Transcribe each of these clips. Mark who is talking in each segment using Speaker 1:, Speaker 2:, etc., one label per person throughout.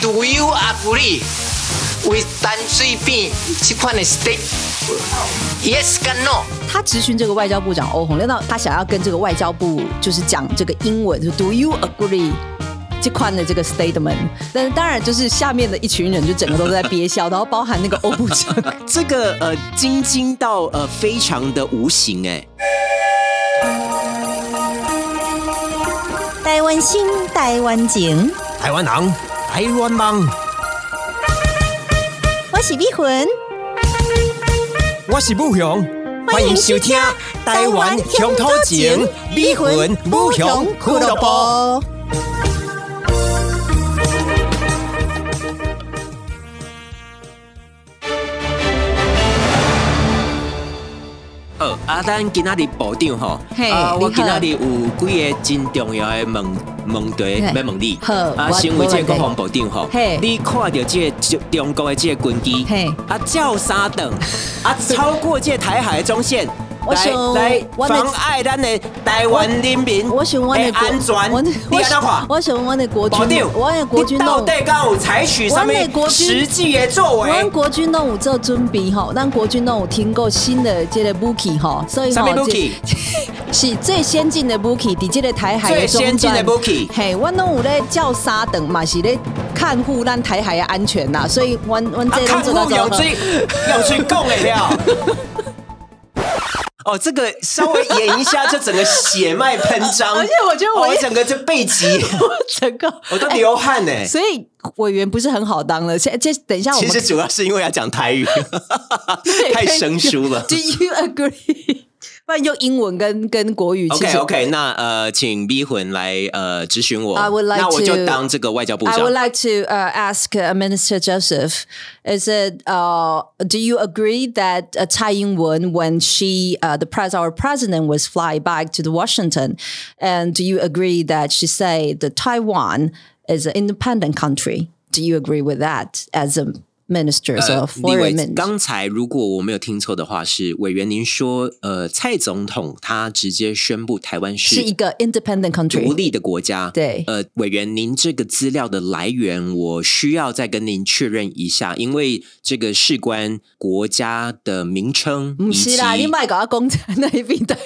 Speaker 1: Do you agree with 单水病这款的 state？Yes 跟 no？
Speaker 2: 他咨询这个外交部长欧红亮，那他想要跟这个外交部就是讲这个英文，就 Do you agree？这款的这个 statement，但是当然就是下面的一群人就整个都在憋笑，然后包含那个欧部长，
Speaker 3: 这个呃晶晶到呃非常的无形哎、
Speaker 4: 台湾心，台湾情，
Speaker 5: 台湾人，台湾梦，
Speaker 4: 我是美魂。
Speaker 5: 我是武雄，
Speaker 4: 欢迎收听台湾乡土情，美魂武雄俱乐部。
Speaker 3: 呃，啊，咱今仔日部长吼
Speaker 2: 嘿，
Speaker 3: 啊，我
Speaker 2: 你好
Speaker 3: 今仔日有几个真重要的问问题
Speaker 2: 嘿
Speaker 3: 要问你
Speaker 2: 好。
Speaker 3: 啊，
Speaker 2: 我
Speaker 3: 身为这
Speaker 2: 没问题
Speaker 3: 个国防部长吼
Speaker 2: 嘿，
Speaker 3: 你看到这个中中国的这个军机
Speaker 2: 嘿，
Speaker 3: 啊，照三等，啊，超过这个台海的中线。
Speaker 2: 我
Speaker 3: 来
Speaker 2: 想
Speaker 3: 来
Speaker 2: 我的
Speaker 3: 妨碍咱的台湾人民
Speaker 2: 我想我的
Speaker 3: 的
Speaker 2: 国
Speaker 3: 哎安全，
Speaker 2: 我的
Speaker 3: 你安怎看？
Speaker 2: 我想我的国
Speaker 3: 部
Speaker 2: 军
Speaker 3: 长，，
Speaker 2: 我的国军哦
Speaker 3: 你到
Speaker 2: 弄
Speaker 3: 底，敢有采取什么
Speaker 2: 我的国军
Speaker 3: 实际的作
Speaker 2: 我们
Speaker 3: 为？
Speaker 2: 国军弄有做准备吼，咱国军弄有听过新的这个武器吼，所以
Speaker 3: 什
Speaker 2: 吼
Speaker 3: 么武器？
Speaker 2: 这是最先进的武器，伫这个台海的
Speaker 3: 最先进的
Speaker 2: 中段
Speaker 3: 武器
Speaker 2: 嘿，我拢有咧叫沙等嘛，是咧看护咱台海的安全啦，所以我我
Speaker 3: 啊
Speaker 2: 这，
Speaker 3: 看
Speaker 2: 拢做到
Speaker 3: 护
Speaker 2: 做
Speaker 3: 有
Speaker 2: 好。
Speaker 3: 追 有追供的了。 哦，这个稍微演一下，这整个血脉喷 张，
Speaker 2: 而且我觉得我
Speaker 3: 哦整个就背脊，
Speaker 2: 整个
Speaker 3: 我都流汗呢。
Speaker 2: 所以委员不是很好当了。现这等一下我
Speaker 3: 其
Speaker 2: 们。
Speaker 3: 实主要是因为要讲台语， 太生疏了
Speaker 2: Do you agree？不然用英文跟跟国语。其
Speaker 3: OK
Speaker 2: 实
Speaker 3: OK，那呃，请逼魂来呃咨询我
Speaker 2: I would like
Speaker 3: 那我就
Speaker 2: to-
Speaker 3: 当这个外交部
Speaker 2: I
Speaker 3: 长
Speaker 2: would。like to uh, ask uh, Minister Joseph. Is it? Uh, do you agree that uh, Tsai Ing-wen, when she, uh, the pres, our president, was fly back to the Washington, and do you agree that she said that Taiwan is an independent country? Do you agree with that as a minister so
Speaker 3: 呃，立
Speaker 2: foreign
Speaker 3: 委
Speaker 2: minister?
Speaker 3: 刚才如果我没有听错的话，是委员您说，呃，蔡总统他直接宣布台湾
Speaker 2: 是一个 independent
Speaker 3: 独
Speaker 2: country，
Speaker 3: 立的国家。
Speaker 2: 对
Speaker 3: 呃，委员，您这个资料的来源，我需要再跟您确认一下，因为这个事关国家的名称 以
Speaker 2: 不
Speaker 3: 及
Speaker 2: 是。啦，你卖搞到公仔那一边的。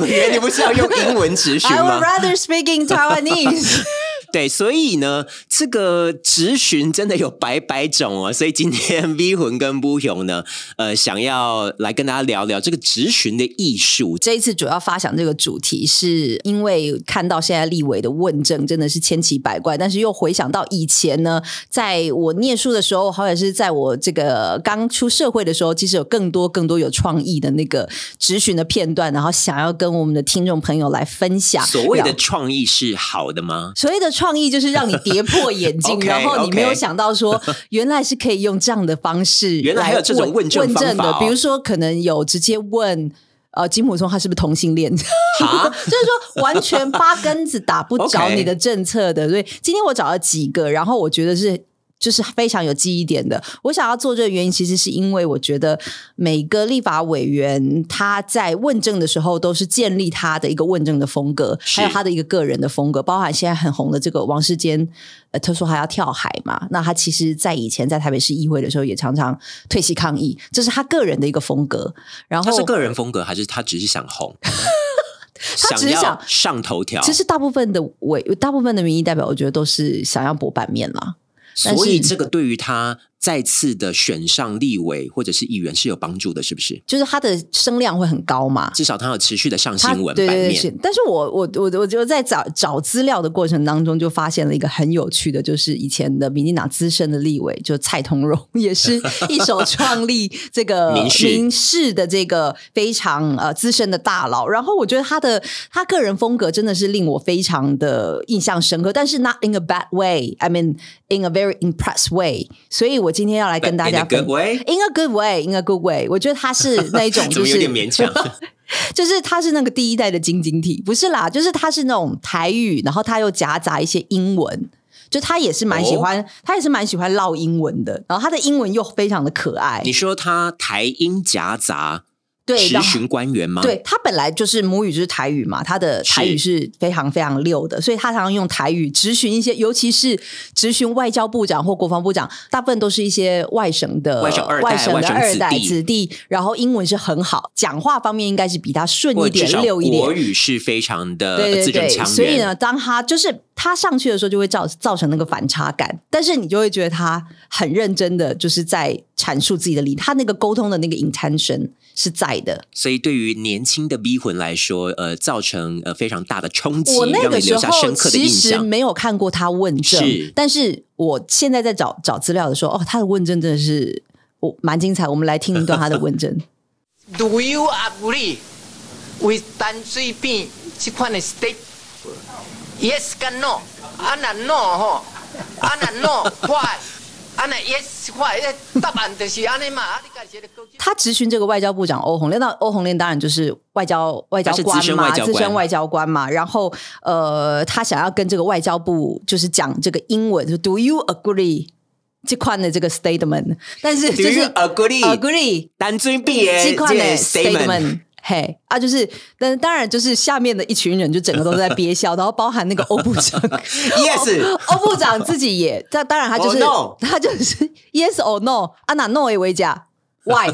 Speaker 3: 委员，你不 是要用英文咨 询
Speaker 2: I
Speaker 3: 吗
Speaker 2: would？rather speak in Taiwanese.
Speaker 3: 对，所以呢，这个咨询真的有百百种哦。所以今天 V 魂跟不雄呢，呃，想要来跟大家聊聊这个咨询的艺术。
Speaker 2: 这一次主要发想这个主题，是因为看到现在立委的问政真的是千奇百怪，但是又回想到以前呢，在我念书的时候，好像是在我这个刚出社会的时候，其实有更多更多有创意的那个咨询的片段，然后想要跟我们的听众朋友来分享。
Speaker 3: 所谓的
Speaker 2: 然后
Speaker 3: 创意是好的吗？
Speaker 2: 所谓的创意，就是让你跌破眼镜，
Speaker 3: OK，
Speaker 2: 然后你没有
Speaker 3: OK
Speaker 2: 想到说， 原来是可以用这样的方式，
Speaker 3: 原来还有这种
Speaker 2: 问
Speaker 3: 问政
Speaker 2: 问政
Speaker 3: 方
Speaker 2: 的
Speaker 3: 法，哦
Speaker 2: 比如说可能有直接问。呃，金普聪他是不是同性恋？
Speaker 3: 啊，
Speaker 2: 就是说完全八竿子打不着
Speaker 3: OK
Speaker 2: 你的呃政策的。所以今天我找了几个，然后我觉得是。就是非常有记忆点的。我想要做这个原因，其实是因为我觉得每个立法委员他在问政的时候，都是建立他的一个问政的风格，
Speaker 3: 是
Speaker 2: 还有他的一个个人的风格，包含现在很红的这个王世坚，呃，他说他要跳海嘛，那他其实在以前在台北市议会的时候，也常常退席抗议，这是他个人的一个风格。然后
Speaker 3: 他是个人风格，还是他只是想红？
Speaker 2: 哦 他只是
Speaker 3: 要
Speaker 2: 想
Speaker 3: 上头条。
Speaker 2: 其实大部分的委，大部分的民意代表，我觉得都是想要博版面啦。但
Speaker 3: 所以
Speaker 2: 是
Speaker 3: 这个对于他再次的选上立委或者是议员是有帮助的，是不是？
Speaker 2: 就是他的声量会很高嘛，
Speaker 3: 至少他有持续的上
Speaker 2: 他
Speaker 3: 新闻
Speaker 2: 对
Speaker 3: 版
Speaker 2: 对对
Speaker 3: 面
Speaker 2: 是。但是我我我我就在找找资料的过程当中，就发现了一个很有趣的，就是以前的民进党资深的立委，就蔡同荣，也是一手创立这 个
Speaker 3: 民视
Speaker 2: 民视的这个非常呃资深的大佬。然后我觉得他的他个人风格真的是令我非常的印象深刻，但是 not in a bad way，I mean in a very impressed way。所以我今天要来跟大家分
Speaker 3: But in a good way？
Speaker 2: in a good way，in a good way。我觉得他是那一种
Speaker 3: 怎
Speaker 2: 就
Speaker 3: 么
Speaker 2: 是
Speaker 3: 有点勉强？
Speaker 2: 就是他是那个第一代的晶晶体，不是啦，就是他是那种台语，然后他又夹杂一些英文，就他也是蛮
Speaker 3: 哦
Speaker 2: 喜欢，他也是蛮喜欢唠英文的，然后他的英文又非常的可爱
Speaker 3: 你，说他台英夹杂，
Speaker 2: 对
Speaker 3: 质
Speaker 2: 然后
Speaker 3: 询官员吗？
Speaker 2: 对，他本来就是母语就是台语嘛，他的
Speaker 3: 是
Speaker 2: 台语是非常非常溜的，所以他常常用台语质询一些，尤其是质询外交部长或国防部长，大部分都是一些外省的
Speaker 3: 外省二代
Speaker 2: 外省
Speaker 3: 外
Speaker 2: 的
Speaker 3: 省
Speaker 2: 二
Speaker 3: 子
Speaker 2: 代
Speaker 3: 弟
Speaker 2: 子弟，然后英文是很好，讲话方面应该是比他顺
Speaker 3: 或
Speaker 2: 一
Speaker 3: 者
Speaker 2: 点
Speaker 3: 至少
Speaker 2: 溜一点
Speaker 3: 国。语是非常的
Speaker 2: 对
Speaker 3: 字
Speaker 2: 对
Speaker 3: 正
Speaker 2: 对，
Speaker 3: 腔圆。
Speaker 2: 所以呢，当他就是他上去的时候，就会造造成那个反差感，但是你就会觉得他很认真的，就是在阐述自己的理，他那个沟通的那个 intention 是在的。
Speaker 3: 所以对于年轻的逼魂来说，呃，造成呃非常大的冲击，
Speaker 2: 我那
Speaker 3: 让
Speaker 2: 个
Speaker 3: 你
Speaker 2: 时
Speaker 3: 留下
Speaker 2: 候
Speaker 3: 深刻的
Speaker 2: 其
Speaker 3: 印
Speaker 2: 实
Speaker 3: 象。
Speaker 2: 没有看过他问政，
Speaker 3: 是
Speaker 2: 但是我现在在找找资料的时候，哦，他的问政真的是我蛮精彩。我们来听一段他的问 政。
Speaker 1: Do you agree with 淡水片这款的 steak? Yes 跟 no，啊那 no 吼，啊那 no why？啊那 yes why？那答案就是安尼嘛，啊你家己就讲
Speaker 2: 他质询这个外交部长欧鸿烈，那欧鸿烈当然就是外交外交
Speaker 3: 他是资
Speaker 2: 官
Speaker 3: 深
Speaker 2: 嘛，
Speaker 3: 外交官
Speaker 2: 资深外交官嘛。然后呃，他想要跟这个外交部就是讲这个英文，就 Do you agree 这款的这个 statement？但是就是
Speaker 3: agree？
Speaker 2: agree
Speaker 3: 单追毕业
Speaker 2: 这款的
Speaker 3: statement，
Speaker 2: statement。嘿啊，就是，但当然就是下面的一群人就整个都在憋笑，然后包含那个欧部长
Speaker 3: Yes
Speaker 2: 欧欧部长自己也，但当然他就是、
Speaker 3: Oh,
Speaker 2: 他就是 yes or no 啊，哪 no 为为假，why？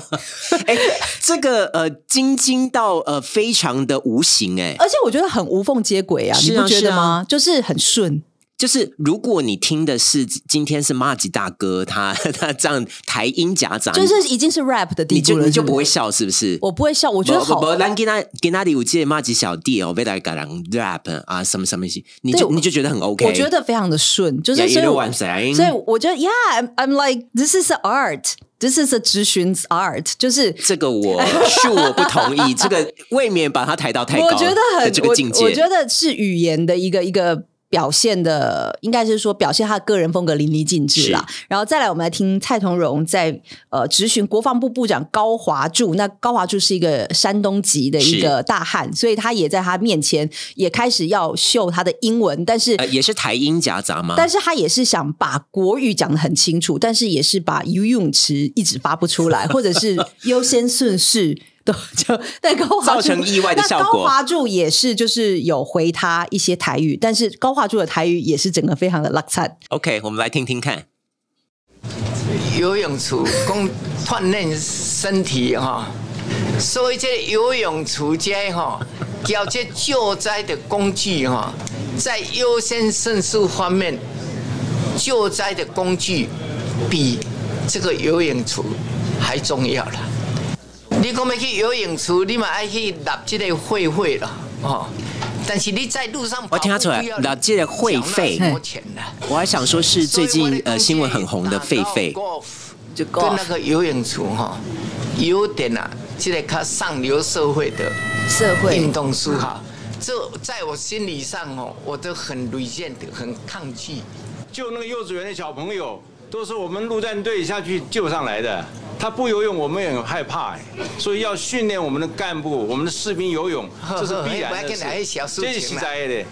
Speaker 3: 哎，这个呃晶晶到呃非常的无形哎、
Speaker 2: 而且我觉得很无缝接轨啊，
Speaker 3: 是
Speaker 2: 你
Speaker 3: 啊
Speaker 2: 不觉
Speaker 3: 是
Speaker 2: 得
Speaker 3: 啊
Speaker 2: 吗？就是很顺，
Speaker 3: 就是如果你听的是今天是马吉大哥他他这样台音夹杂，
Speaker 2: 就是已经是 rap 的地
Speaker 3: 你就
Speaker 2: 步了，
Speaker 3: 你就不
Speaker 2: 会，
Speaker 3: 会笑是不是？
Speaker 2: 我不会笑，我觉得
Speaker 3: 不
Speaker 2: 好
Speaker 3: 不，咱给他给那里，我记得马吉小弟哦，被他改人 rap 啊，什么什么西，你就
Speaker 2: 对
Speaker 3: 你就觉得很 OK。
Speaker 2: 我觉得非常的顺，就
Speaker 3: Yeah,
Speaker 2: 是
Speaker 3: you
Speaker 2: 所以
Speaker 3: know
Speaker 2: 我
Speaker 3: what I'm saying
Speaker 2: 所以我觉得，Yeah，I'm I'm like this is a art。This is a 咨询 art，就是
Speaker 3: 这个我恕我不同意，这个未免把他抬到太高，
Speaker 2: 我觉得
Speaker 3: 的
Speaker 2: 很
Speaker 3: 这个境界。
Speaker 2: 我，我觉得是语言的一个一个表现的，应该是说表现他个人风格淋漓尽致啦。然后再来，我们来听蔡同荣在呃质询国防部部长高华柱。那高华柱是一个山东籍的一个大汉，所以他也在他面前也开始要秀他的英文，但是。
Speaker 3: 呃也是台音夹杂吗？
Speaker 2: 但是他也是想把国语讲得很清楚，但是也是把游泳池一直发不出 来，或者是优先顺序都就但高华柱
Speaker 3: 造成意外的效果
Speaker 2: 那高华柱也是就是有回他一些台语，但是高华柱的台语也是整个非常的拉惨。
Speaker 3: OK，我们来听听看。
Speaker 1: 游泳池讲锻炼身体哈、所以这游泳池这哈、交这救灾的工具哈、在优先顺序方面，救灾的工具比这个游泳池还重要了。你讲要去游泳池，你嘛爱去立这个会费了哦。但是你在路上跑步
Speaker 3: 我听得出来
Speaker 1: 不要
Speaker 3: 立这个会费
Speaker 1: 缴纳什么钱呢、
Speaker 3: 我还想说，是最近呃新闻很红的狒狒，
Speaker 1: 就跟那个游泳池哈、有点啊，这个较上流社会的
Speaker 2: 社
Speaker 1: 运动书哈、这在我心理上哦，我都很 resent，很抗拒。
Speaker 6: 救那个幼稚园的小朋友，都是我们陆战队下去救上来的。他不游泳，我们也很害怕哎，所以要训练我们的干部、我们的士兵游泳，这是必然
Speaker 1: 不要
Speaker 6: 的
Speaker 1: 紧啦那小
Speaker 6: 事。
Speaker 1: 事情啦啊
Speaker 6: 这是实在的。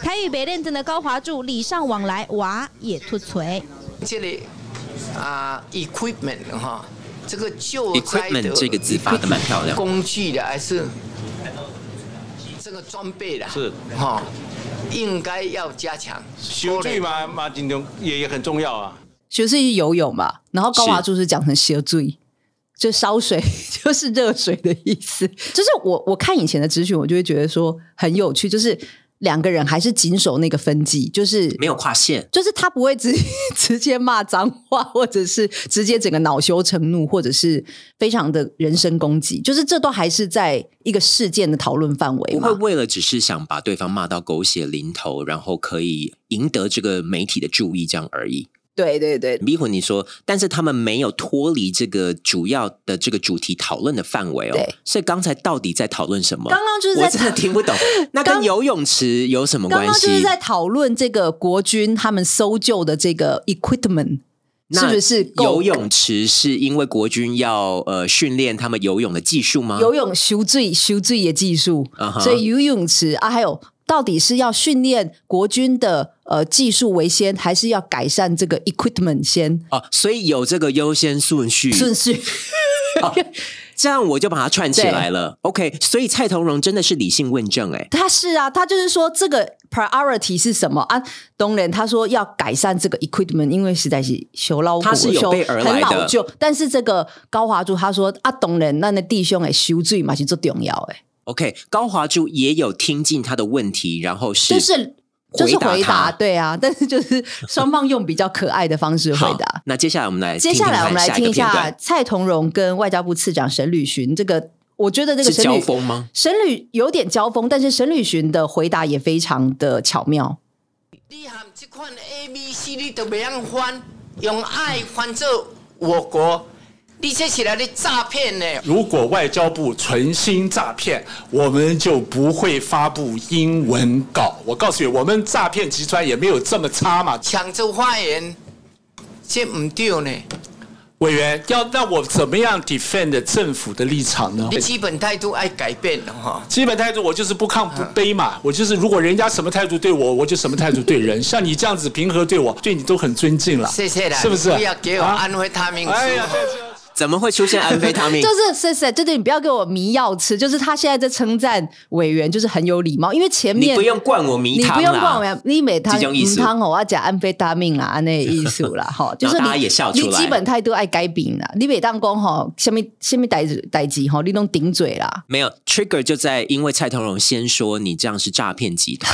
Speaker 7: 台语北认真的高华柱礼尚往来，娃也吐锤。
Speaker 1: 这个啊，equipment 哈、这个救灾的
Speaker 3: Equipment 这个字发得蛮漂亮
Speaker 1: 工具的还是这个装备的，
Speaker 6: 是
Speaker 1: 哈、应该要加强。
Speaker 6: 修队嘛，马金东也也很重要啊。
Speaker 2: 学士是游泳嘛，然后高华柱是讲成烧醉，就烧水 就是热水的意思。就是我我看以前的资讯，我就会觉得说很有趣，就是两个人还是谨守那个分际，就是
Speaker 3: 没有跨线，
Speaker 2: 就是他不会直直接 骂脏话，或者是直接整个恼羞成怒，或者是非常的人身攻击，就是这都还是在一个事件的讨论范围
Speaker 3: 不会
Speaker 2: 嘛。
Speaker 3: 为了只是想把对方骂到狗血淋头，然后可以赢得这个媒体的注意这样而已。
Speaker 2: 对对对，
Speaker 3: 迷魂，你说，但是他们没有脱离这个主要的这个主题讨论的范围哦
Speaker 2: 对。
Speaker 3: 所以刚才到底在讨论什么？
Speaker 2: 刚刚就是在
Speaker 3: 我真的
Speaker 2: 讨
Speaker 3: 听 不懂。那跟
Speaker 2: 刚
Speaker 3: 游泳池有什么
Speaker 2: 刚
Speaker 3: 关
Speaker 2: 刚
Speaker 3: 系？
Speaker 2: 就是在讨论这个国军他们搜救的这个 equipment 是
Speaker 3: 那
Speaker 2: 不是够
Speaker 3: 游泳池是因为国军要呃训练他们游泳的技术吗？
Speaker 2: 游泳修醉修醉的技术
Speaker 3: 啊哈
Speaker 2: 所以游泳池啊，还有到底是要训练国军的呃技术为先，还是要 改善这个 equipment 先
Speaker 3: 哦，所以有这个优先顺序。
Speaker 2: 顺序？
Speaker 3: 这样我就把它串起来了。OK，所以蔡同荣真的是理性问政、哎，
Speaker 2: 他是啊，他就是说这个 priority 是什么啊？当然，他说要改善这个 equipment，因为实在是修老古
Speaker 3: 它是有
Speaker 2: 修
Speaker 3: 备而来
Speaker 2: 很
Speaker 3: 的
Speaker 2: 老旧。但是这个高华柱他说啊，当然，那那弟兄诶修罪嘛是最重要诶，
Speaker 3: OK，高华柱也有听进他的问题，然后是
Speaker 2: 就是就是
Speaker 3: 回
Speaker 2: 回
Speaker 3: 答他
Speaker 2: 答对啊，但是就是双方用比较可爱的方式回
Speaker 3: 好
Speaker 2: 答。
Speaker 3: 那接下来我们来
Speaker 2: 接
Speaker 3: 听
Speaker 2: 下来
Speaker 3: 看
Speaker 2: 我们来
Speaker 3: 下一
Speaker 2: 听
Speaker 3: 个
Speaker 2: 一
Speaker 3: 片
Speaker 2: 下
Speaker 3: 段，
Speaker 2: 蔡同荣跟外交部次长沈履巡这个，我觉得这个
Speaker 3: 是
Speaker 2: 沈
Speaker 3: 交
Speaker 2: 履
Speaker 3: 锋吗？
Speaker 2: 沈履有点交锋，但是沈履巡的回答也非常的巧妙。
Speaker 1: 你含这款 A B C 你都袂晓翻，用爱翻做我国，你这是来咧诈骗呢？
Speaker 8: 如果外交部存心诈骗，我们就不会发布英文稿。我告诉你，我们诈骗集团也没有这么差嘛。
Speaker 1: 抢着发言，这唔对呢。
Speaker 8: 委员，要让我怎么样 defend 政府的立场呢
Speaker 1: 你？基本态度爱改变了哈。
Speaker 8: 基本态度，我就是不亢不卑
Speaker 1: 嗯
Speaker 8: 嘛。我就是，如果人家什么态度对我，我就什么态度对人。像你这样子平和对我，对你都很尊敬了。
Speaker 1: 谢谢啦，
Speaker 8: 是不是？
Speaker 1: 你不要给我
Speaker 8: 啊
Speaker 1: 安慰他命。
Speaker 8: 哎呀，这
Speaker 3: 怎么会出现安非他 命
Speaker 2: 就？是是是，就是你不要给我迷药吃，就是他现在在称赞委员，就是很有礼貌，因为前
Speaker 3: 你
Speaker 2: 面
Speaker 3: 不用灌我迷
Speaker 2: 你
Speaker 3: 汤
Speaker 2: 不用灌
Speaker 3: 啦
Speaker 2: 我，，你每汤
Speaker 3: 这种意
Speaker 2: 嗯
Speaker 3: 思
Speaker 2: 汤哦，我要讲安非他命啦，安那艺术 啦，哈，就是
Speaker 3: 然后大家
Speaker 2: 你
Speaker 3: 也笑出来
Speaker 2: 你基本态度爱改变啦，你每当讲吼，下面下面代代志吼，你拢顶嘴啦，
Speaker 3: 没有 trigger 就在因为蔡同荣先说你这样是诈骗集团，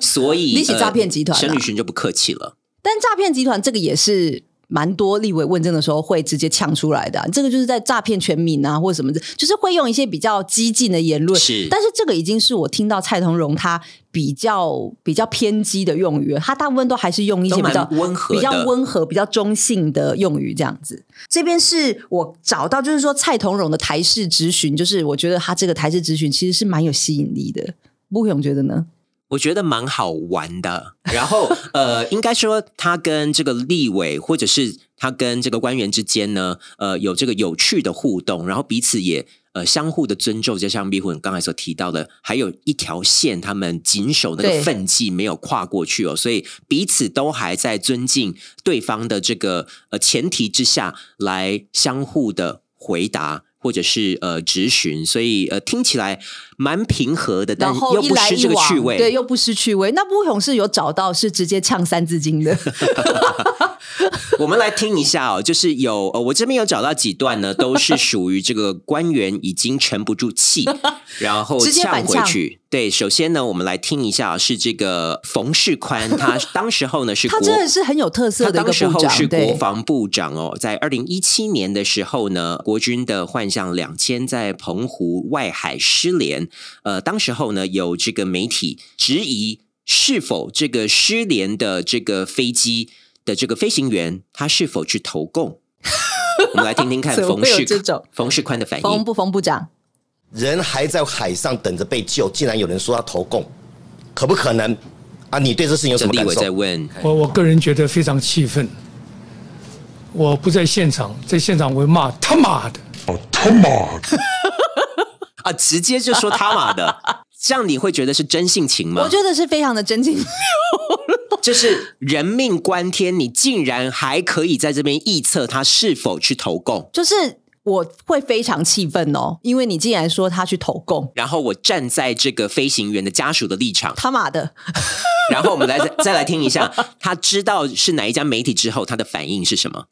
Speaker 3: 所以 呃
Speaker 2: 你是诈骗集团啊
Speaker 3: 沈宇群就不客气了。
Speaker 2: 但诈骗集团这个也是。蛮多立委问政的时候会直接呛出来的啊、这个就是在诈骗全民啊，或者什么的，就是会用一些比较激进的言论。
Speaker 3: 是
Speaker 2: 但是这个已经是我听到蔡同荣他比较比较偏激的用语了，他大部分都还是用一些
Speaker 3: 都蛮
Speaker 2: 比较
Speaker 3: 温和的
Speaker 2: 比较温和、比较中性的用语这样子。这边是我找到，就是说蔡同荣的台式质询，就是我觉得他这个台式质询其实是蛮有吸引力的。不勇觉得呢？
Speaker 3: 我觉得蛮好玩的。然后 呃，应该说他跟这个立委或者是他跟这个官员之间呢，呃，有这个有趣的互动，然后彼此也。呃，相互的尊重，就像壁虎刚才所提到的，还有一条线，他们紧守那个
Speaker 2: 对
Speaker 3: 分际没有跨过去哦，所以彼此都还在尊敬对方的这个呃前提之下来相互的回答或者是呃质询，所以呃听起来蛮平和的，但
Speaker 2: 然后
Speaker 3: 又
Speaker 2: 一
Speaker 3: 不
Speaker 2: 来
Speaker 3: 失
Speaker 2: 一
Speaker 3: 这个
Speaker 2: 往，
Speaker 3: 趣味，
Speaker 2: 对，又不失趣味。那不勇是有找到是直接呛三字经的，
Speaker 3: 我们来听一下哦，就是有呃，我这边有找到几段呢，都是属于这个官员已经沉不 住气，然后
Speaker 2: 直接
Speaker 3: 呛
Speaker 2: 反
Speaker 3: 回
Speaker 2: 呛
Speaker 3: 去。对，首先呢，我们来听一下啊、是这个冯世宽， 他当时候呢是国
Speaker 2: 他真的是很有特色的一
Speaker 3: 他
Speaker 2: 个
Speaker 3: 当时
Speaker 2: 部
Speaker 3: 候是
Speaker 2: 长，
Speaker 3: 国
Speaker 2: 对。
Speaker 3: 防部长哦，在二零一七年的时候呢，国军的幻象两千在澎湖外海失联，呃，当时候呢有这个媒体质疑是否这个失联的这个飞机的这个飞行员他是否去 投共。我们来听听看
Speaker 2: 怎么
Speaker 3: 冯
Speaker 2: 会有
Speaker 3: 世
Speaker 2: 这种
Speaker 3: 冯世宽的反
Speaker 2: 冯
Speaker 3: 应。
Speaker 2: 不冯部长，
Speaker 9: 人还在海上等着被救，竟然有人说要投共，可不可能？啊，你对这事情有
Speaker 3: 这
Speaker 9: 什么
Speaker 3: 立
Speaker 9: 感
Speaker 3: 委在
Speaker 9: 受？
Speaker 3: 问，
Speaker 10: 我我个人觉得非常气愤。我不在现场，在现场我会骂他妈的。
Speaker 3: 啊，直接就说他妈的，这样你会觉得是真性情吗？
Speaker 2: 我觉得是非常的真情。
Speaker 3: 就是人命关天，你竟然还可以在这边臆测他是否去投共，
Speaker 2: 就是我会非常气愤哦，因为你竟然说他去投共，
Speaker 3: 然后我站在这个飞行员的家属的 立场，
Speaker 2: 他妈的！
Speaker 3: 然后我们来再再来听一下，他知道是哪一家媒体之后，他的反应是什么？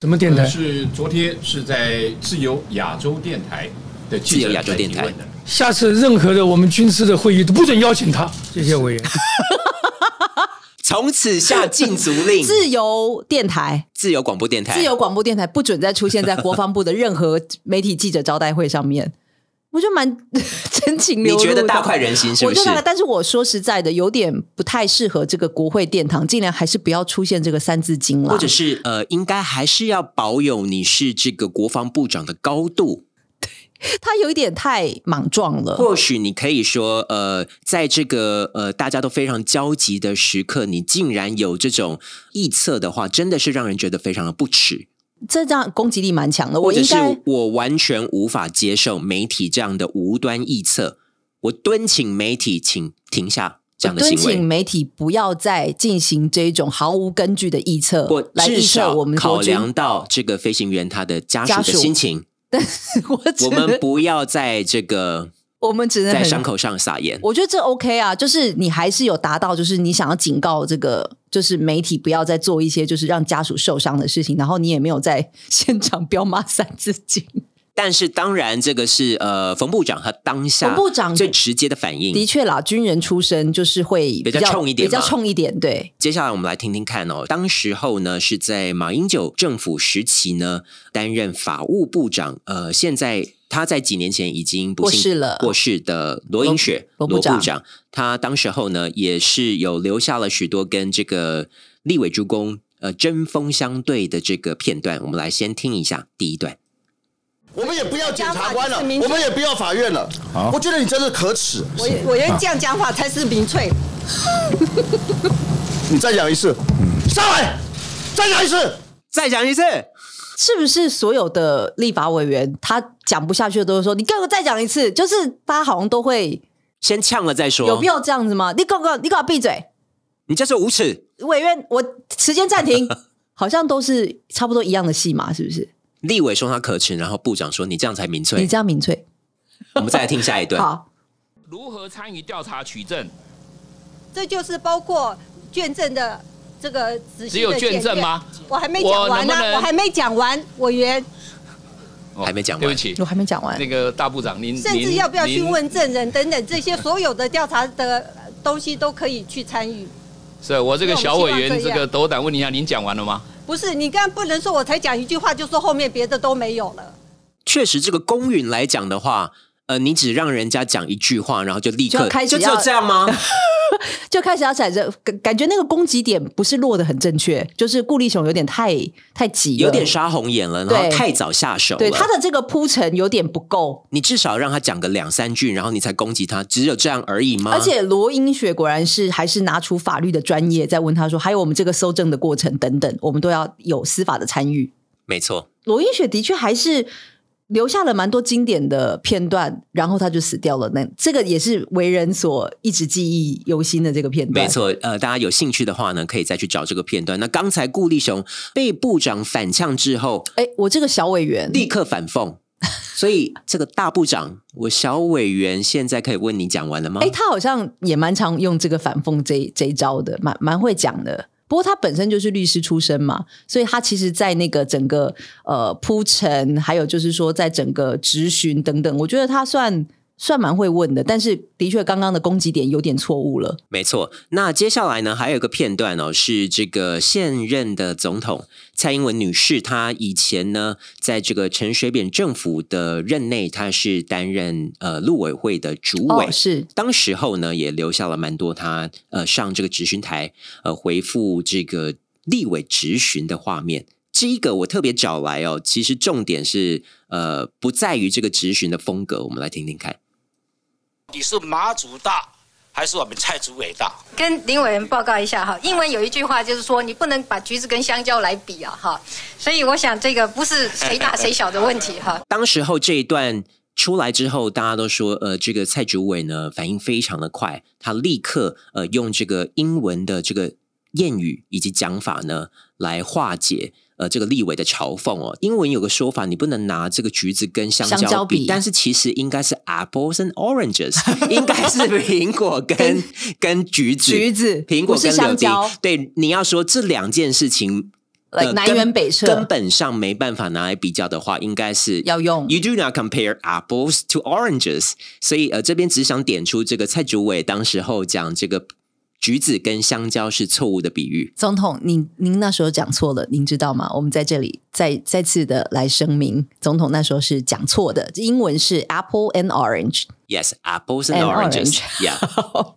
Speaker 10: 什么电台？
Speaker 11: 呃是昨天是在自由亚洲电台的记
Speaker 3: 自由
Speaker 11: 者
Speaker 3: 亚洲电台
Speaker 11: 来提问的
Speaker 10: 下次任何的我们军事的会议都不准邀请他。谢谢委员。
Speaker 3: 从此下禁足 令，
Speaker 2: 自由电台、
Speaker 3: 自由广播嗯电台，
Speaker 2: 自由广播电台不准再出现在国防部的任何媒体记者招待会上面。我就蛮 真情流
Speaker 3: 你
Speaker 2: 露的，
Speaker 3: 觉得大快人心是不
Speaker 2: 我
Speaker 3: 是
Speaker 2: 就？大概，但是我说实在的，有点不太适合这个国会殿堂，尽量还是不要出现这个三字经了。
Speaker 3: 或者是呃，应该还是要保有你是这个国防部长的高度，
Speaker 2: 他有一点太莽撞了，
Speaker 3: 或许你可以说，呃，在这个呃大家都非常焦急的时刻，你竟然有这种臆测的话，真的是让人觉得非常的不耻，
Speaker 2: 这这样攻击力蛮强的。
Speaker 3: 或
Speaker 2: 我
Speaker 3: 者
Speaker 2: 应
Speaker 3: 是
Speaker 2: 该
Speaker 3: 我完全无法接受媒体这样的无端臆测。我敦请媒体，请停下这样的
Speaker 2: 敦
Speaker 3: 行
Speaker 2: 请
Speaker 3: 为，
Speaker 2: 媒体不要再进行这种毫无根据的臆测
Speaker 3: 或，
Speaker 2: 来
Speaker 3: 至
Speaker 2: 臆测
Speaker 3: 少
Speaker 2: 我们
Speaker 3: 考
Speaker 2: 国军
Speaker 3: 量到这个飞行员他的家属
Speaker 2: 家
Speaker 3: 的
Speaker 2: 属
Speaker 3: 心情，
Speaker 2: 但是 我只
Speaker 3: 我
Speaker 2: 能
Speaker 3: 们不要在这个
Speaker 2: 我们只能
Speaker 3: 在
Speaker 2: 很
Speaker 3: 伤口上撒盐。
Speaker 2: 我觉得这 OK 啊，就是你还是有达到，就是你想要警告这个，就是媒体不要再做一些就是让家属受伤的事情，然后你也没有在现场 彪骂三字经。
Speaker 3: 但是当然，这个是呃，冯部长他当下
Speaker 2: 冯部长
Speaker 3: 最直接的反应。
Speaker 2: 的确啦，军人出身就是会
Speaker 3: 比较冲一点
Speaker 2: 比较
Speaker 3: 嘛
Speaker 2: 冲一点，对。
Speaker 3: 接下来我们来听听看哦，当时候呢是在马英九政府时期呢担任法务部长，呃，现在他在几年前已经不幸
Speaker 2: 过世了
Speaker 3: 过世的罗英雪
Speaker 2: 罗罗部长
Speaker 3: 长，他当时候呢也是有留下了许多跟这个立委诸公呃针锋相对的这个片段，我们来先听一下第一段。
Speaker 12: 我们也不要检察官了，我们也不要法院了。我觉得你真是可耻。
Speaker 13: 我我觉得这样讲法才是民粹。
Speaker 12: 你再讲一次，上来，再讲一次，
Speaker 3: 再讲一次，
Speaker 2: 是不是所有的立法委员他讲不下去的都会说你给我再讲一次？就是大家好像都会
Speaker 3: 先呛了再说，啊
Speaker 2: 有必要这样子吗？你给我你给我闭嘴！
Speaker 3: 你这是无耻！
Speaker 2: 委员，我时间暂 停，好像都是差不多一样的戏嘛，是不是？
Speaker 3: 立委说他可耻，然后部长说你这样才民粹。
Speaker 2: 你这样民粹，
Speaker 3: 我们再来听下一段。
Speaker 2: 好，
Speaker 14: 如何参与调查取证？
Speaker 13: 这就是包括卷证的这个仔细的
Speaker 14: 只有卷
Speaker 13: 检
Speaker 14: 证
Speaker 13: 阅
Speaker 14: 吗
Speaker 13: 我还没讲
Speaker 14: 我
Speaker 13: 完
Speaker 14: 能
Speaker 13: 呢、
Speaker 14: 不能
Speaker 13: 我还没讲完，委员，
Speaker 3: 还没讲完，
Speaker 14: 对不起，
Speaker 2: 我还没讲完。
Speaker 14: 那个大部长，您
Speaker 13: 甚至
Speaker 14: 您
Speaker 13: 要不要
Speaker 14: 您
Speaker 13: 讯问证人等等这些所有的调查的东西都可以去参与。
Speaker 14: 是我这个小委
Speaker 13: 那我
Speaker 14: 员，
Speaker 13: 们希
Speaker 14: 这
Speaker 13: 望啊这
Speaker 14: 个
Speaker 13: 样
Speaker 14: 斗胆问一下，您讲完了吗？
Speaker 13: 不是你刚刚不能说我才讲一句话就说后面别的都没有了。
Speaker 3: 确实，这个公允来讲的话，呃，你只让人家讲一句话，然后就立刻
Speaker 2: 就开始
Speaker 3: 只有
Speaker 2: 要
Speaker 3: 这 样吗？
Speaker 2: 就开始要踩着，感感觉那个攻击点不是落得很正确，就是顾立雄有点太太急了，
Speaker 3: 有点杀红眼了，然后
Speaker 2: 对
Speaker 3: 太早下手了。
Speaker 2: 对他的这个铺陈有点不够。
Speaker 3: 你至少让他讲个两三句，然后你才攻击他，只有这样而已吗？
Speaker 2: 而且罗英雪果然是还是拿出法律的专业在问他说，还有我们这个搜证的过程等等，我们都要有司法的参与。
Speaker 3: 没错，
Speaker 2: 罗英雪的确还是留下了蛮多经典的片段，然后他就死掉了。那这个也是为人所一直记忆犹新的这个片段。
Speaker 3: 没，错，呃，大家有兴趣的话呢，可以再去找这个片段。那刚才顾立雄被部长反呛之后，
Speaker 2: 哎，我这个小委员
Speaker 3: 立刻 反讽，所以这个大部长，我小委员现在可以问你讲完了吗？
Speaker 2: 哎，他好像也蛮常用这个反讽这一这一招的，蛮蛮会讲的。不过他本身就是律师出身嘛，所以他其实，在那个整个呃铺陈，还有就是说，在整个质询等等，我觉得他算算蛮会问的。但是，的确刚刚的攻击点有点错误了。
Speaker 3: 没错，那接下来呢，还有一个片段哦，是这个现任的总统蔡英文女士，她以前呢，在这个陈水扁政府的任内，她是担任呃陆委会的主委，
Speaker 2: 哦是
Speaker 3: 当时候呢，也留下了蛮多她呃上这个质询台呃回复这个立委质询的画面。这一个我特别找来哦，其实重点是呃不在于这个质询的风格，我们来听听看。
Speaker 15: 你是马祖大还是我们蔡主委大？
Speaker 16: 跟林委员报告一下哈，英文有一句话就是说，你不能把橘子跟香蕉来比啊哈，所以我想这个不是谁大谁小的问题哈。
Speaker 3: 当时候这一段出来之后，大家都说，呃，这个蔡主委呢反应非常的快，他立刻呃用这个英文的这个谚语以及讲法呢来化解。呃，这个立委的嘲讽哦，英文有个说法，你不能拿这个橘子跟香蕉比，
Speaker 2: 香蕉比
Speaker 3: 但是其实应该是 apples and oranges，应该是苹果 跟跟橘子，
Speaker 2: 橘子
Speaker 3: 苹果
Speaker 2: 不是
Speaker 3: 跟柳
Speaker 2: 香
Speaker 3: 丁
Speaker 2: 蕉
Speaker 3: 对，你要说这两件事情，
Speaker 2: Like 南
Speaker 3: 根
Speaker 2: 辕呃北辙
Speaker 3: 根本上没办法拿来比较的话，应该是
Speaker 2: 要用
Speaker 3: You do not compare apples to oranges。所以呃，这边只想点出这个蔡主委当时候讲这个橘子跟香蕉是错误的比喻。
Speaker 2: 总统，您您那时候讲错了，您知道吗？我们在这里再再次的来声明，总统那时候是讲错的，英文是 apple and orange。
Speaker 3: Yes, apples and,
Speaker 2: And orange.
Speaker 3: oranges. Yeah，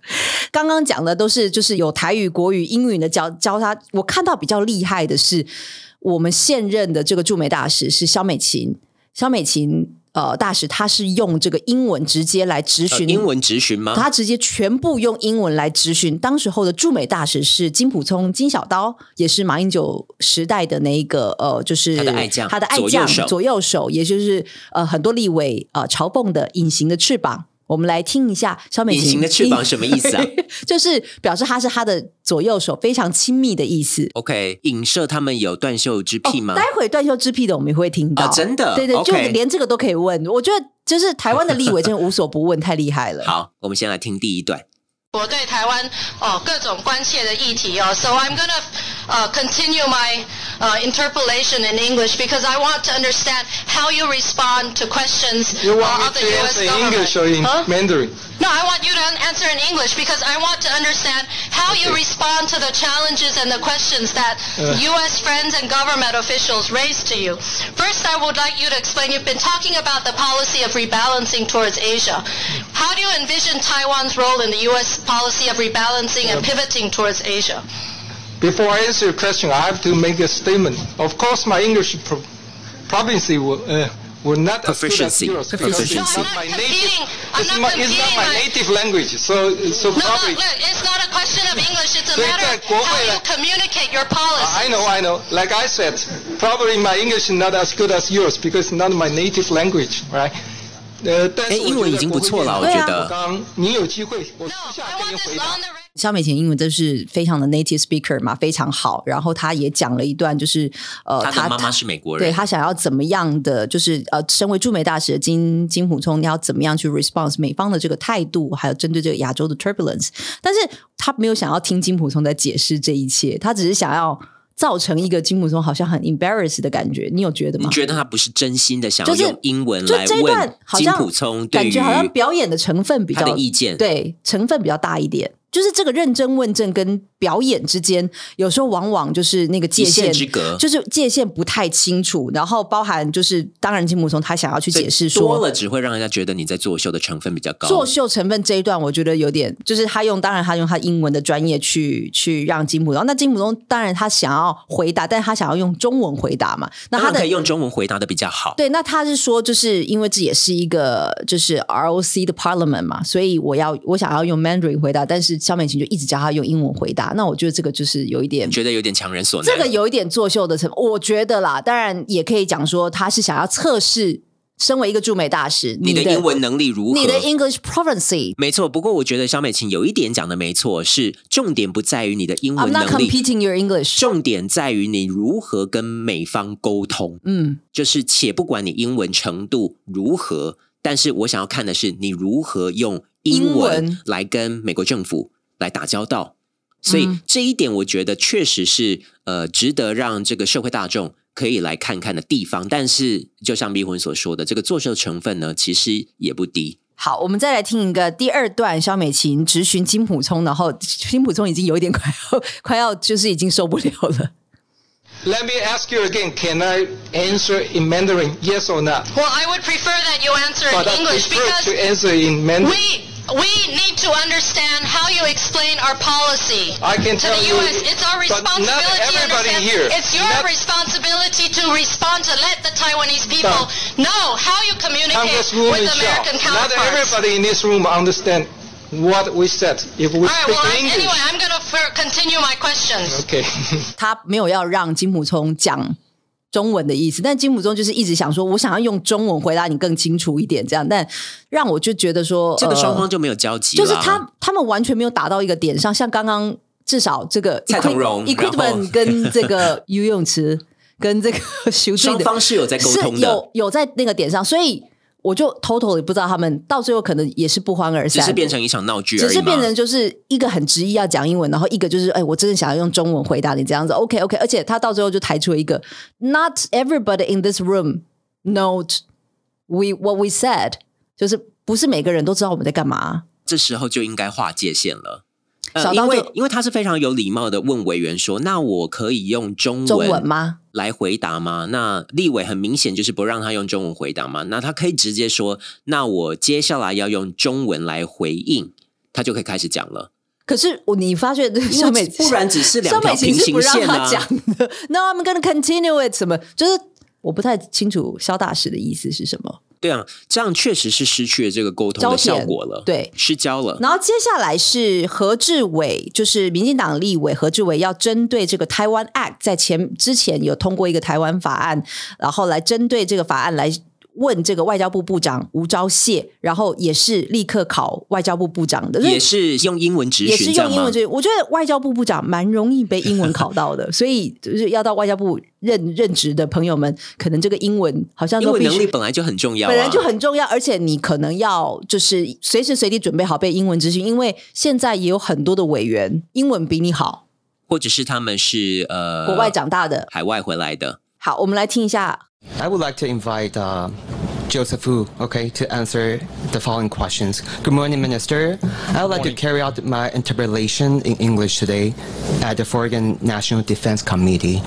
Speaker 2: 刚刚讲的都是就是有台语、国语、英语的教教他。我看到比较厉害的是，我们现任的这个驻美大使是肖美琴，肖美琴呃大使，她是用这个英文直接来质
Speaker 3: 呃
Speaker 2: 询、
Speaker 3: 英文直询吗？
Speaker 2: 他直接全部用英文来质询。当时候的驻美大使是金溥聪、金小刀，也是马英九时代的那一个呃，就是
Speaker 3: 他的爱将
Speaker 2: 他的爱
Speaker 3: 左右
Speaker 2: 将
Speaker 3: 手
Speaker 2: 左右手，也就是呃很多立委呃嘲讽的隐形的翅膀。我我们来听一下萧美
Speaker 3: 隐
Speaker 2: 琴。
Speaker 3: 形的翅膀什么意思啊？
Speaker 2: 就是表示他是他的左右手，非常亲密的意思。哦
Speaker 3: OK，影射他们有断袖之癖吗？
Speaker 2: 待会断袖之癖的我们也会听到，
Speaker 3: 啊真的
Speaker 2: 对对，就
Speaker 3: OK
Speaker 2: 连这个都可以问。我觉得就是台湾的立委真的无所不问，太厉害了。
Speaker 3: 好，我们先来听第一段。
Speaker 17: 我对台湾哦各种关切的议题哦。So I'm gonna uh, continue my uh, interpolation in English because I want to understand how you respond to questions
Speaker 18: You
Speaker 17: uh,
Speaker 18: want
Speaker 17: of the
Speaker 18: me to
Speaker 17: U.S.
Speaker 18: answer in
Speaker 17: government.
Speaker 18: English or in
Speaker 17: Huh?
Speaker 18: Mandarin?
Speaker 17: No, I want you to an- answer in English because I want to understand how you respond to the challenges and the questions that
Speaker 18: Uh.
Speaker 17: U.S. friends and government officials raise to you. First, I would like you to explain, you've been talking about the policy of rebalancing towards Asia. How do you envision Taiwan's role in the U.S. policy of rebalancing and pivoting towards Asia?
Speaker 18: Before I answer your question, I have to make a statement. Of course, my English pro- proficiency will, uh, will not as good as
Speaker 3: Proficiency.
Speaker 18: yours because it's
Speaker 3: Proficiency.
Speaker 18: not my native. It's, my, it's not my native language, so so
Speaker 17: No, no,
Speaker 18: probably.
Speaker 17: look, it's not a question of English. It's a
Speaker 18: 所以
Speaker 17: matter
Speaker 18: 在
Speaker 17: of
Speaker 18: 国
Speaker 17: how
Speaker 18: 会
Speaker 17: you
Speaker 18: 呢
Speaker 17: communicate your policies.
Speaker 18: I know, I know. Like I said, probably my English is not as good as yours because it's not my native language, right? 呃，但是
Speaker 3: 哎英文已经不错了
Speaker 18: 我觉
Speaker 3: 我觉得
Speaker 18: 得不会变成我刚 Um, 你有机会，我私下跟你回答。
Speaker 2: 肖美琴英文真是非常的 native speaker 嘛，非常好。然后她也讲了一段，就是呃，
Speaker 3: 她的妈妈是美国人
Speaker 2: 对她想要怎么样的，就是呃，身为驻美大使的金金溥聪，你要怎么样去 response 美方的这个态度，还有针对这个亚洲的 turbulence。但是她没有想要听金溥聪在解释这一切，她只是想要造成一个金溥聪好像很 embarrassed 的感觉。你有觉得
Speaker 3: 你
Speaker 2: 吗？
Speaker 3: 觉得他不是真心的想
Speaker 2: 就
Speaker 3: 要
Speaker 2: 是
Speaker 3: 用英文
Speaker 2: 就
Speaker 3: 来
Speaker 2: 这一段
Speaker 3: 问
Speaker 2: 好
Speaker 3: 金
Speaker 2: 像
Speaker 3: 普聪对
Speaker 2: 感
Speaker 3: 于
Speaker 2: 觉好像表演的成分比较
Speaker 3: 他的意见
Speaker 2: 对成分比较大一点。就是这个认真问政跟表演之间，有时候往往就是那个界
Speaker 3: 一
Speaker 2: 限
Speaker 3: 线之隔
Speaker 2: 就是界限不太清楚。然后包含就是，当然金木松他想要去解释
Speaker 3: 多了
Speaker 2: 说，
Speaker 3: 只会让人家觉得你在作秀的成分比较高。
Speaker 2: 作秀成分这一段，我觉得有点就是他用，当然他用他英文的专业去去让金木松。那金木松当然他想要回答，但他想要用中文回答嘛。那
Speaker 3: 当
Speaker 2: 他
Speaker 3: 然
Speaker 2: 的
Speaker 3: 可以用中文回答的比较好。
Speaker 2: 对，那他是说，就是因为这也是一个就是 ROC 的 Parliament 嘛，所以我要我想要用 Mandarin 回答，但是肖美琴就一直叫他用英文回答。那我觉得这个就是有一点
Speaker 3: 你，觉得有点强人所难。
Speaker 2: 这个有一点作秀的成分，我觉得啦。当然也可以讲说，他是想要测试身为一个驻美大使，
Speaker 3: 你
Speaker 2: 的
Speaker 3: 的英文能力如何？
Speaker 2: 你的 English proficiency。
Speaker 3: 没错，不过我觉得肖美琴有一点讲的没错，是重点不在于你的英
Speaker 2: I'm
Speaker 3: 文
Speaker 2: not
Speaker 3: 能力，
Speaker 2: competing your English。
Speaker 3: 重点在于你如何跟美方沟通。
Speaker 2: 嗯，
Speaker 3: 就是且不管你英文程度如何，但是我想要看的是你如何用英
Speaker 2: 英
Speaker 3: 文
Speaker 2: 文
Speaker 3: 来跟美国政府来打交道。所以
Speaker 2: 嗯
Speaker 3: 这一点，我觉得确实是呃，值得让这个社会大众可以来看看的地方。但是，就像迷魂所说的，这个作秀成分呢，其实也不低。
Speaker 2: 好，我们再来听一个第二段，肖美琴直询金普聪，然后金普聪已经有一点快要快要就是已经受不了了。
Speaker 18: Let me ask you again. Can I answer in Mandarin? Yes or not?
Speaker 17: Well, I would prefer that you answer
Speaker 18: But I
Speaker 17: in English because
Speaker 18: prefer to answer in Mandarin.
Speaker 17: We we need to understand how you explain our policy
Speaker 18: I can
Speaker 17: to
Speaker 18: tell
Speaker 17: the
Speaker 18: you,
Speaker 17: U.S. It's our
Speaker 18: but not
Speaker 17: responsibility.
Speaker 18: everybody
Speaker 17: understand?
Speaker 18: here.
Speaker 17: It's your
Speaker 18: Not-
Speaker 17: responsibility to respond to let the Taiwanese people know how you communicate
Speaker 18: Congress room
Speaker 17: with
Speaker 18: is short.
Speaker 17: American
Speaker 18: Not
Speaker 17: counterparts.
Speaker 18: everybody in this room understand what we said. If we
Speaker 17: All right.
Speaker 18: speak
Speaker 17: Well, I'm,
Speaker 18: English,
Speaker 17: anyway, I'm going to continue my questions.
Speaker 18: okay.
Speaker 2: 他没有要让金普聪讲中文的意思，但金普聪就是一直想说，我想要用中文回答你更清楚一点，这样，但让我就觉得说，
Speaker 3: 这个双
Speaker 2: 呃
Speaker 3: 方就没有交集
Speaker 2: 就是
Speaker 3: 啦
Speaker 2: 他他们完全没有达到一个点上，像刚刚至少这个
Speaker 3: 蔡同荣
Speaker 2: equip-
Speaker 3: 然后
Speaker 2: equipment 跟这个游泳池跟这个修
Speaker 3: 双方是有在沟通的
Speaker 2: 有有在那个点上，所以我就 totally 不知道他们到最后可能也是不欢而
Speaker 3: 只
Speaker 2: 散，
Speaker 3: 是变成一场闹剧而已
Speaker 2: 只
Speaker 3: 嘛。
Speaker 2: 是变成就是一个很执意要讲英文，然后一个就是哎，我真的想要用中文回答你这样子。OK OK，而且他到最后就抬出了一个 Not everybody in this room note we what we said，就是不是每个人都知道我们在干嘛。
Speaker 3: 这时候就应该划界限了。呃
Speaker 2: 小
Speaker 3: 因
Speaker 2: 刀就
Speaker 3: 为因为他是非常有礼貌的问委员说：“那我可以用中文
Speaker 2: 中文吗？
Speaker 3: 来回答吗？”那立委很明显就是不让他用中文回答嘛，那他可以直接说：“那我接下来要用中文来回应。”他就可以开始讲了。
Speaker 2: 可是我你发现肖美，
Speaker 3: 不然只是两
Speaker 2: 肖
Speaker 3: 条
Speaker 2: 美琴
Speaker 3: 平
Speaker 2: 是不
Speaker 3: 行
Speaker 2: 让
Speaker 3: 线
Speaker 2: 他
Speaker 3: 啊。
Speaker 2: 讲的。No，I'm gonna continue it 什么？就是我不太清楚肖大使的意思是什么。
Speaker 3: 对啊，这样确实是失去了这个沟通的
Speaker 2: 交钱
Speaker 3: 效果了，
Speaker 2: 对
Speaker 3: 失焦了。
Speaker 2: 然后接下来是何志伟，就是民进党立委何志伟要针对这个台湾 Act，在前之前有通过一个台湾法案，然后来针对这个法案来问这个外交部部长吴钊燮，然后也是立刻考外交部部长的，所以
Speaker 3: 也是用英文质
Speaker 2: 也
Speaker 3: 询，
Speaker 2: 是
Speaker 3: 这
Speaker 2: 用
Speaker 3: 样
Speaker 2: 英
Speaker 3: 吗
Speaker 2: 文？追。我觉得外交部部长蛮容易被英文考到的，所以就是要到外交部任任职的朋友们，可能这个英文好像
Speaker 3: 英
Speaker 2: 都
Speaker 3: 文
Speaker 2: 必
Speaker 3: 能
Speaker 2: 须
Speaker 3: 力本来就很重要、啊，
Speaker 2: 本来就很重要，而且你可能要就是随时随地准备好被英文咨询，因为现在也有很多的委员英文比你好，
Speaker 3: 或者是他们是呃
Speaker 2: 国外长大的。
Speaker 3: 海外回来的。
Speaker 2: 好，我们来听一下
Speaker 19: I would like to invite uh, Joseph Wu, okay, to answer the following questions. Good morning, Minister. I would like to carry out my interpolation in English today at the Foreign National Defense Committee.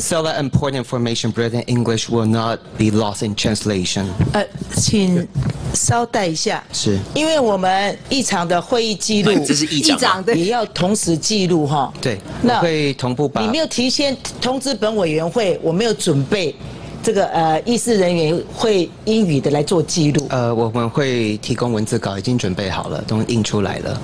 Speaker 19: So that important information written in English will not be lost in translation.
Speaker 20: 呃，请稍待一下，
Speaker 19: 是
Speaker 20: 因为我们议场的会议记录，
Speaker 19: 哦这是议长吗议长
Speaker 20: 也要同时记录哈。
Speaker 19: 对，
Speaker 20: 那
Speaker 19: 我会同步把
Speaker 20: 你没有提前通知本委员会，我没有准备这个呃议事人员会英语的来做记录。
Speaker 19: 呃，Uh, 我们会提供文字稿，已经准备好了，都印出来了。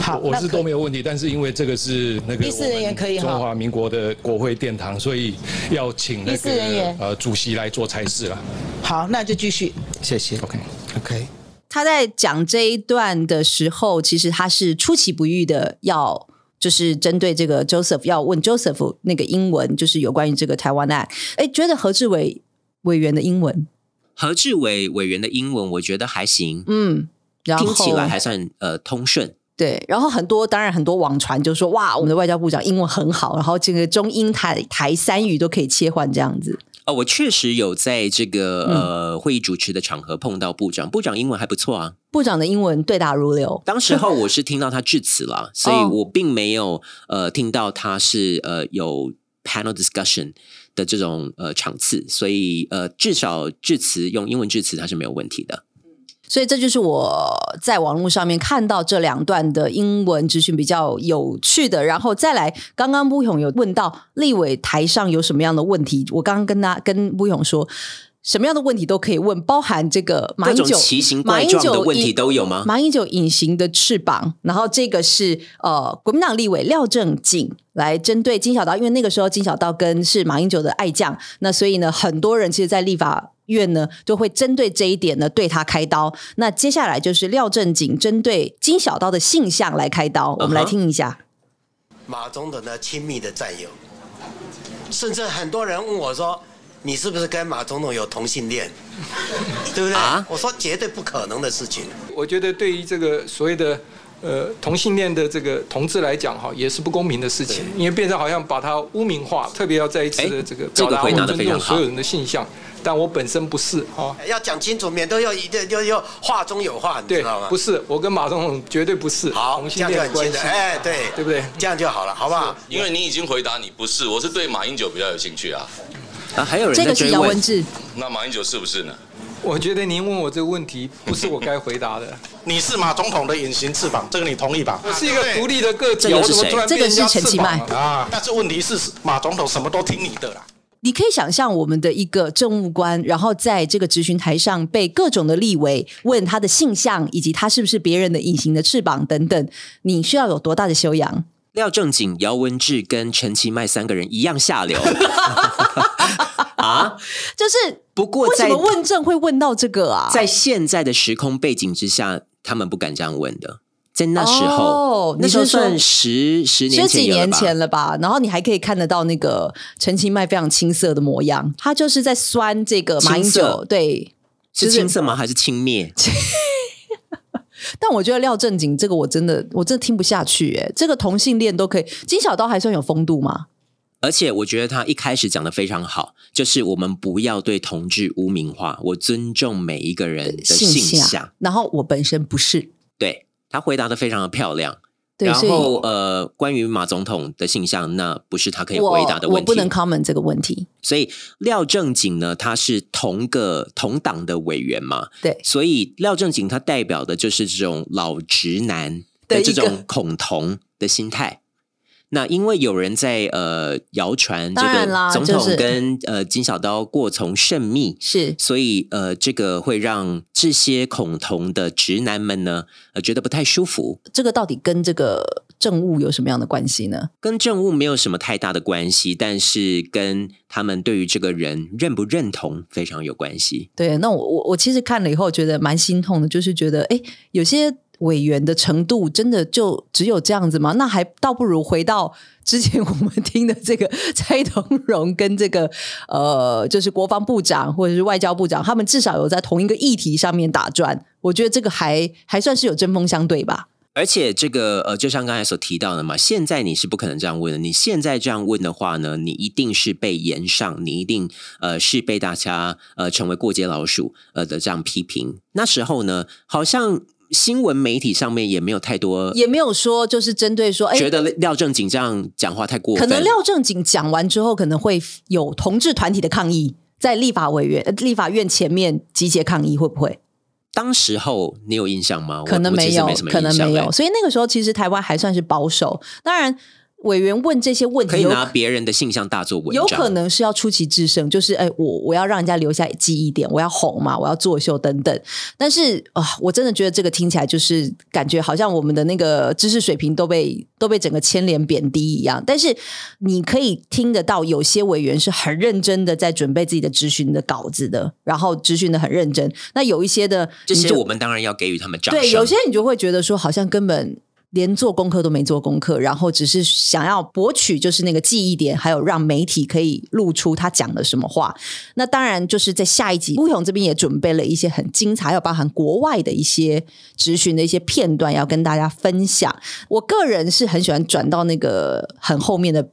Speaker 21: 好，我是都没有问题，但是因为这个是那个
Speaker 20: 议事人员可以哈
Speaker 21: 中华民国的国会殿堂，所以要请那
Speaker 20: 议事人
Speaker 21: 个
Speaker 20: 员
Speaker 21: 呃主席来做差事了。
Speaker 20: 好，那就继续。
Speaker 19: 谢谢。OK OK。
Speaker 2: 他在讲这一段的时候，其实他是出其不意的要。就是针对这个 Joseph 要问 Joseph 那个英文，就是有关于这个台湾案，哎，觉得何志伟委员的英文，
Speaker 3: 何志伟委员的英文我觉得还行，
Speaker 2: 嗯，然后
Speaker 3: 听起来还算呃通顺。
Speaker 2: 对，然后很多当然很多网传就说哇，我们的外交部长英文很好，然后这个中英台台三语都可以切换这样子。
Speaker 3: 哦，我确实有在这个
Speaker 2: 嗯
Speaker 3: 呃会议主持的场合碰到部长，部长英文还不错啊。
Speaker 2: 部长的英文对答如流，
Speaker 3: 当时候我是听到他致辞了，所以
Speaker 2: 哦
Speaker 3: 我并没有呃听到他是呃有 panel discussion 的这种呃场次，所以呃至少致辞用英文致辞他是没有问题的。
Speaker 2: 所以这就是我在网络上面看到这两段的英文资讯比较有趣的。然后再来，刚刚布勇有问到立委台上有什么样的问题，我刚刚跟他跟布勇说。什么样的问题都可以问，包含这个马英
Speaker 3: 各
Speaker 2: 九
Speaker 3: 种奇形
Speaker 2: 马
Speaker 3: 怪
Speaker 2: 英
Speaker 3: 状的
Speaker 2: 九
Speaker 3: 问题
Speaker 2: 隐
Speaker 3: 都有吗
Speaker 2: 马英九隐形的翅膀，然后这个是呃国民党立委廖正景来针对金小刀，因为那个时候金小刀跟是马英九的爱将，那所以呢，很多人其实，在立法院呢就会针对这一点呢对他开刀。那接下来就是廖正景针对金小刀的性向来开刀，我们来听一下。
Speaker 22: 马总统的亲密的战友，甚至很多人问我说：“你是不是跟马总统有同 性恋？”对不对？
Speaker 20: 啊
Speaker 22: 我说绝对不可能的事情。
Speaker 11: 我觉得对于这个所谓的呃同性恋的这个同志来讲哈，也是不公平的事情，因为变成好像把它污名化，特别要在一次的这个
Speaker 3: 哎这
Speaker 11: 表
Speaker 3: 个
Speaker 11: 达我
Speaker 3: 回答得
Speaker 11: 尊
Speaker 3: 非常
Speaker 11: 重
Speaker 3: 好
Speaker 11: 所有人的性向，但我本身不是哈。
Speaker 22: 要讲清楚，免得又一又又又话中有话，你知
Speaker 11: 对
Speaker 22: 道吗？，
Speaker 11: 不是，我跟马总统绝对不是同
Speaker 22: 这
Speaker 11: 性
Speaker 22: 样就
Speaker 11: 恋的
Speaker 22: 很
Speaker 11: 关
Speaker 22: 清
Speaker 11: 系
Speaker 22: 楚。，哎，对，
Speaker 11: 对不对？
Speaker 22: 这样就好了，好不好？
Speaker 23: 因为你已经回答你不是，我是对马英九比较有兴趣啊。
Speaker 3: 啊，还有
Speaker 2: 这个是姚文智，
Speaker 23: 那马英九是不是呢？
Speaker 11: 我觉得您问我这个问题不是我该回答 的。
Speaker 24: 你是马总统的隐形翅膀，这个你同意吧？
Speaker 11: 我是一个独立的个体，
Speaker 24: 有
Speaker 11: 我怎么突然变人家翅膀了
Speaker 24: 啊？但是问题是，马总统什么都听你的啦。
Speaker 2: 你可以想象我们的一个政务官，然后在这个质询台上被各种的立委问他的性向，以及他是不是别人的隐形的翅膀等等，你需要有多大的修养？
Speaker 3: 廖正景、姚文智跟陈其迈三个人一样 下流啊！
Speaker 2: 就是
Speaker 3: 不过
Speaker 2: 为什
Speaker 3: 在
Speaker 2: 么问政会问到这个啊？
Speaker 3: 在现在的时空背景之下，他们不敢这样问的。在那时候，
Speaker 2: 哦
Speaker 3: 那时候
Speaker 2: 你是说
Speaker 3: 算十十
Speaker 2: 十
Speaker 3: 年前
Speaker 2: 几
Speaker 3: 有了
Speaker 2: 年
Speaker 3: 吧
Speaker 2: 前了吧，然后你还可以看得到那个陈其迈非常青涩的模样，他就是在酸这个马英
Speaker 3: 青
Speaker 2: 九
Speaker 3: 涩，
Speaker 2: 对，
Speaker 3: 是
Speaker 2: 就是
Speaker 3: 青涩吗？还是轻蔑？
Speaker 2: 但我觉得廖正景这个我真的我真的听不下去、欸，这个同性恋都可以，金小刀还算有风度吗？
Speaker 3: 而且我觉得他一开始讲的非常好，就是我们不要对同志污名化，我尊重每一个人的性
Speaker 2: 性
Speaker 3: 向。
Speaker 2: 向，然后我本身不是，
Speaker 3: 对他回答的非常的漂亮。
Speaker 2: 对
Speaker 3: 然
Speaker 2: 所以
Speaker 3: 后呃，关于马总统的性向，那不是他可以
Speaker 2: 我
Speaker 3: 回答的
Speaker 2: 我
Speaker 3: 问题。
Speaker 2: 不能 comment 这个问题。
Speaker 3: 所以廖正景呢，他是同个同党的委员嘛，
Speaker 2: 对，
Speaker 3: 所以廖正景他代表的就是这种老直男
Speaker 2: 的
Speaker 3: 的
Speaker 2: 一个
Speaker 3: 这种恐同的心态。那因为有人在呃谣传这
Speaker 2: 当然
Speaker 3: 个
Speaker 2: 啦
Speaker 3: 总
Speaker 2: 就是
Speaker 3: 统跟、呃金小刀过从甚密，
Speaker 2: 是，
Speaker 3: 所以呃这个会让这些恐同的直男们呢，呃觉得不太舒服。
Speaker 2: 这个到底跟这个政务有什么样的关系呢？
Speaker 3: 跟政务没有什么太大的关系，但是跟他们对于这个人认不认同非常有关系。
Speaker 2: 对，那我我我其实看了以后觉得蛮心痛的，就是觉得哎，诶有些委员的程度真的就只有这样子吗？那还倒不如回到之前我们听的这个 蔡同荣跟这个呃，就是国防部长或者是外交部长，他们至少有在同一个议题上面打转，我觉得这个还还算是有针锋相对吧。
Speaker 3: 而且这个呃，就像刚才所提到的嘛，现在你是不可能这样问的。你现在这样问的话呢，你一定是被延上，你一定呃是被大家呃成为过街老鼠呃的这样批评。那时候呢，好像新闻媒体上面也没有太多，
Speaker 2: 也没有说就是针对说，哎，
Speaker 3: 觉得廖正景这样讲话太过
Speaker 2: 可
Speaker 3: 分，
Speaker 2: 能廖正景讲完之后，可能会有同志团体的抗议，在立法委员、呃立法院前面集结抗议，会不会？
Speaker 3: 当时候你有印象哦吗？我
Speaker 2: 可能
Speaker 3: 我其
Speaker 2: 没
Speaker 3: 实
Speaker 2: 有，
Speaker 3: 没什么
Speaker 2: 可能
Speaker 3: 印象
Speaker 2: 没
Speaker 3: 哎
Speaker 2: 有。所以那个时候，其实台湾还算是保守。当然，委员问这些问
Speaker 3: 可
Speaker 2: 题
Speaker 3: 以
Speaker 2: 有，
Speaker 3: 拿别人的性向大做文章，
Speaker 2: 有可能是要出奇制胜，就是哎，我我要让人家留下记忆点，我要红嘛，我要作秀等等。但是啊、我真的觉得这个听起来就是感觉好像我们的那个知识水平都被都被整个牵连贬低一样。但是你可以听得到，有些委员是很认真的在准备自己的质询的稿子的，然后质询的很认真。那有一些的，
Speaker 3: 这
Speaker 2: 你
Speaker 3: 些
Speaker 2: 就
Speaker 3: 我们当然要给予他们掌声。
Speaker 2: 对，有些你就会觉得说，好像根本连做功课都没做功课，然后只是想要博取就是那个记忆点，还有让媒体可以露出他讲了什么话。那当然就是在下一集，吴勇这边也准备了一些很精彩，还有包含国外的一些直询的一些片段要跟大家分享。我个人是很喜欢转到那个很后面的。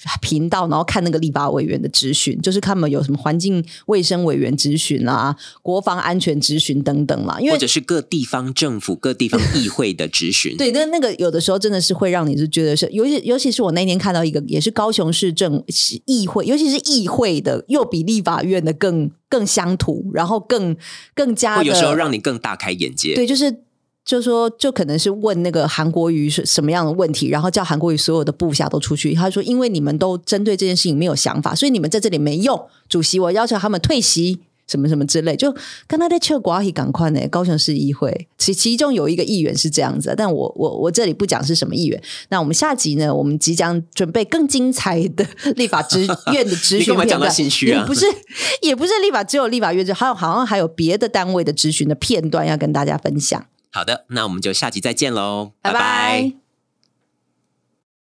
Speaker 2: 频道，然后看那个立法委员的质询，就是他们有什么环境卫生委员质询啊、国防安全质询等等啦。因为
Speaker 3: 或者是各地方政府、各地方议会的质询。
Speaker 2: 对，那那个有的时候真的是会让你是觉得是，尤其尤其是我那天看到一个，也是高雄市政是议会，尤其是议会的，又比立法院的更更乡土，然后更更加
Speaker 3: 会
Speaker 2: 的，
Speaker 3: 有时候让你更大开眼界。
Speaker 2: 对，就是。就说，就可能是问那个韩国瑜是什么样的问题，然后叫韩国瑜所有的部下都出去。他说，因为你们都针对这件事情没有想法，所以你们在这里没用。主席，我要求他们退席，什么什么之类。就刚才在切瓜西赶快呢，高雄市议会其其中有一个议员是这样子的，啊但我我我这里不讲是什么议员。那我们下集呢，我们即将准备更精彩的 立法职院的质
Speaker 3: 你
Speaker 2: 询
Speaker 3: 干嘛
Speaker 2: 片
Speaker 3: 讲到
Speaker 2: 段，
Speaker 3: 心虚啊
Speaker 2: 也不是 也不是立法，只有立法院，还有好像还有别的单位的质询的片段要跟大家分享。
Speaker 3: 好的，那我们就下集再见喽，
Speaker 2: 拜拜
Speaker 3: 拜